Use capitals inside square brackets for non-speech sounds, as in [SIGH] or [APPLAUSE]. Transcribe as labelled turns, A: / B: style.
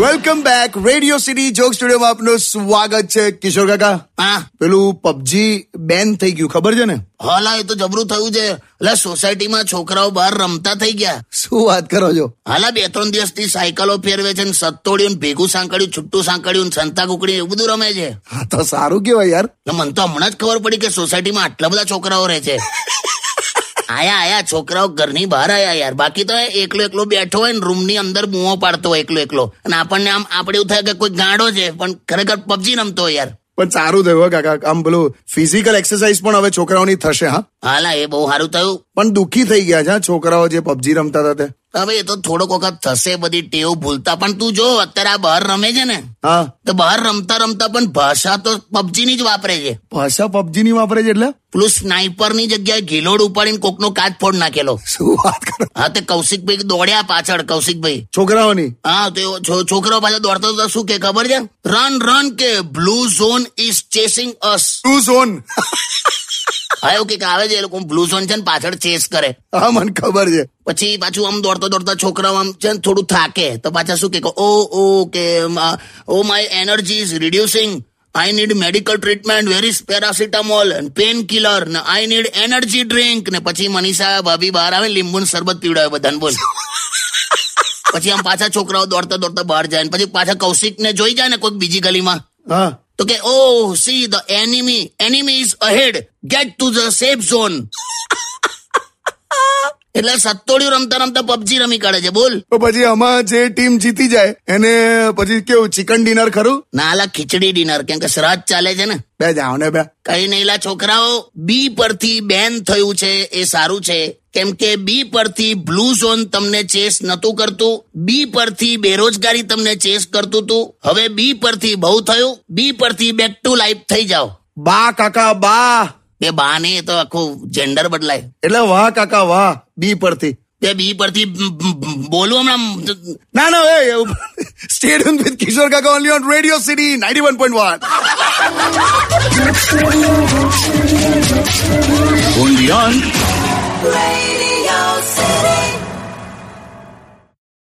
A: Welcome back Radio City joke studio માં આપનું સ્વાગત છે કિશોર કાકા
B: હા
A: પેલું પબજી બેન થઈ ગયું ખબર છે ને
B: હાલા એ તો જબરું થયું છે એટલે સોસાયટીમાં છોકરાઓ બહાર રમતા થઈ ગયા
A: શું વાત કરો છો
B: હાલા બે ત્રણ દિવસથી સાયકલો ફેરવે છે ને સત્તોડિયું ને ભેગું સાંકળ્યું છુટ્ટું સાંકળ્યું ને સંતા કુકડી એવું બધું રમે છે
A: હા તો સારું કેવાય યાર
B: એટલે મને તો હમણાં જ ખબર પડી કે સોસાયટીમાં આટલા બધા છોકરાઓ રહે છે આયા આયા છોકરાઓ ઘરની બહાર આયા યાર બાકી તો એ એકલો એકલો બેઠો હોય ને રૂમની અંદર બૂમો પાડતો હોય એકલો એકલો અને આપણને આમ આપણે એવું થાય કે કોઈ ગાંડો છે પણ ખરેખર પબજી રમતો હોય યાર
A: પણ સારું થયું હો કાકા આમ પેલું ફિઝિકલ એક્સરસાઇઝ પણ હવે છોકરાઓની થશે હા
B: હાલા એ બહુ સારું થયું
A: પણ દુઃખી થઈ ગયા છે હા, છોકરાઓ જે પબજી રમતા હતા તે
B: હવે એ તો થોડોક વખત થશે બધી ટેવ ભૂલતા પણ તું જો અત્યારે આ બહાર રમે છે ને
A: હા
B: તો બહાર રમતા રમતા પણ ભાષા તો પબજીની જ વાપરે છે
A: ભાષા પબજી ની વાપરે છે એટલે
B: પેલું સ્નાઈપરની જગ્યાએ ઘીલોડ ઉપાડીને કોકનો કાચ ફોડ નાખેલો
A: શું વાત કરો
B: હા તે કૌશિકભાઈ દોડ્યા પાછળ કૌશિકભાઈ
A: છોકરાઓની
B: હા તો એવો છો- છોકરો પાછા દોડતો હતો શું કે ખબર છે રન રન કે blue zone is chasing us
A: શું સોન
B: હા એવું કંઈક આવે છે એ લોકો બ્લુ ઝોન છે ને પાછળ ચેસ કરે
A: હા મને ખબર છે
B: પછી પાછું આમ દોડતા દોડતા છોકરાઓ આમ છે ને થોડું થાકે તો પાછા શું કે કે ઓ ઓ કે oh, oh my energy is reducing I need medical treatment very paracetamol painkiller ને આઈ નીડ એનર્જી ડ્રિંક ને પછી મનીષા ભાભી બહાર આવે લીંબુ ને શરબત પીવડાવે બધાને બોલ પછી આમ પાછા છોકરાઓ દોડતા દોડતા બહાર જાય ને પછી પાછા કૌશિક ને જોઈ જાય ને કોઈક બીજી ગલીમાં
A: હા
B: તો કે oh see the enemy enemy is ahead get to the safe zone એટલે સત્તોડિયું રમતા રમતા પબજી રમી કાઢે છે બોલ
A: તો પછી આમાં જે ટીમ જીતી જાય એને પછી કેવું ચિકન ડિનર ખરું
B: ના આલા ખીચડી ડિનર કેમ કે શ્રાદ્ધ ચાલે છે ને
A: બે જાઓ ને બે
B: કઈ નહીં લા છોકરાઓ બી પરથી બેન થયું છે એ સારું છે કેમ કે બી પરથી બ્લુ ઝોન તમને ચેસ નતું કરતું બી પરથી બેરોજગારી તમને ચેસ કરતું તું હવે બી પરથી બહુ થયું બી પરથી બેક ટુ લાઈફ થઈ જાઓ
A: બા કાકા બા
B: બે બાને એ તો આખું જેન્ડર બદલાય
A: એટલે વાહ કાકા વાહ બી પરથી
B: તે બી પરથી બ- બ- બ- બોલું હમણાં
A: ના ના એ [LAUGHS] સ્ટેડિયમ વિથ કિશોર કાકા only on radio city ninety one point one
C: Radio City.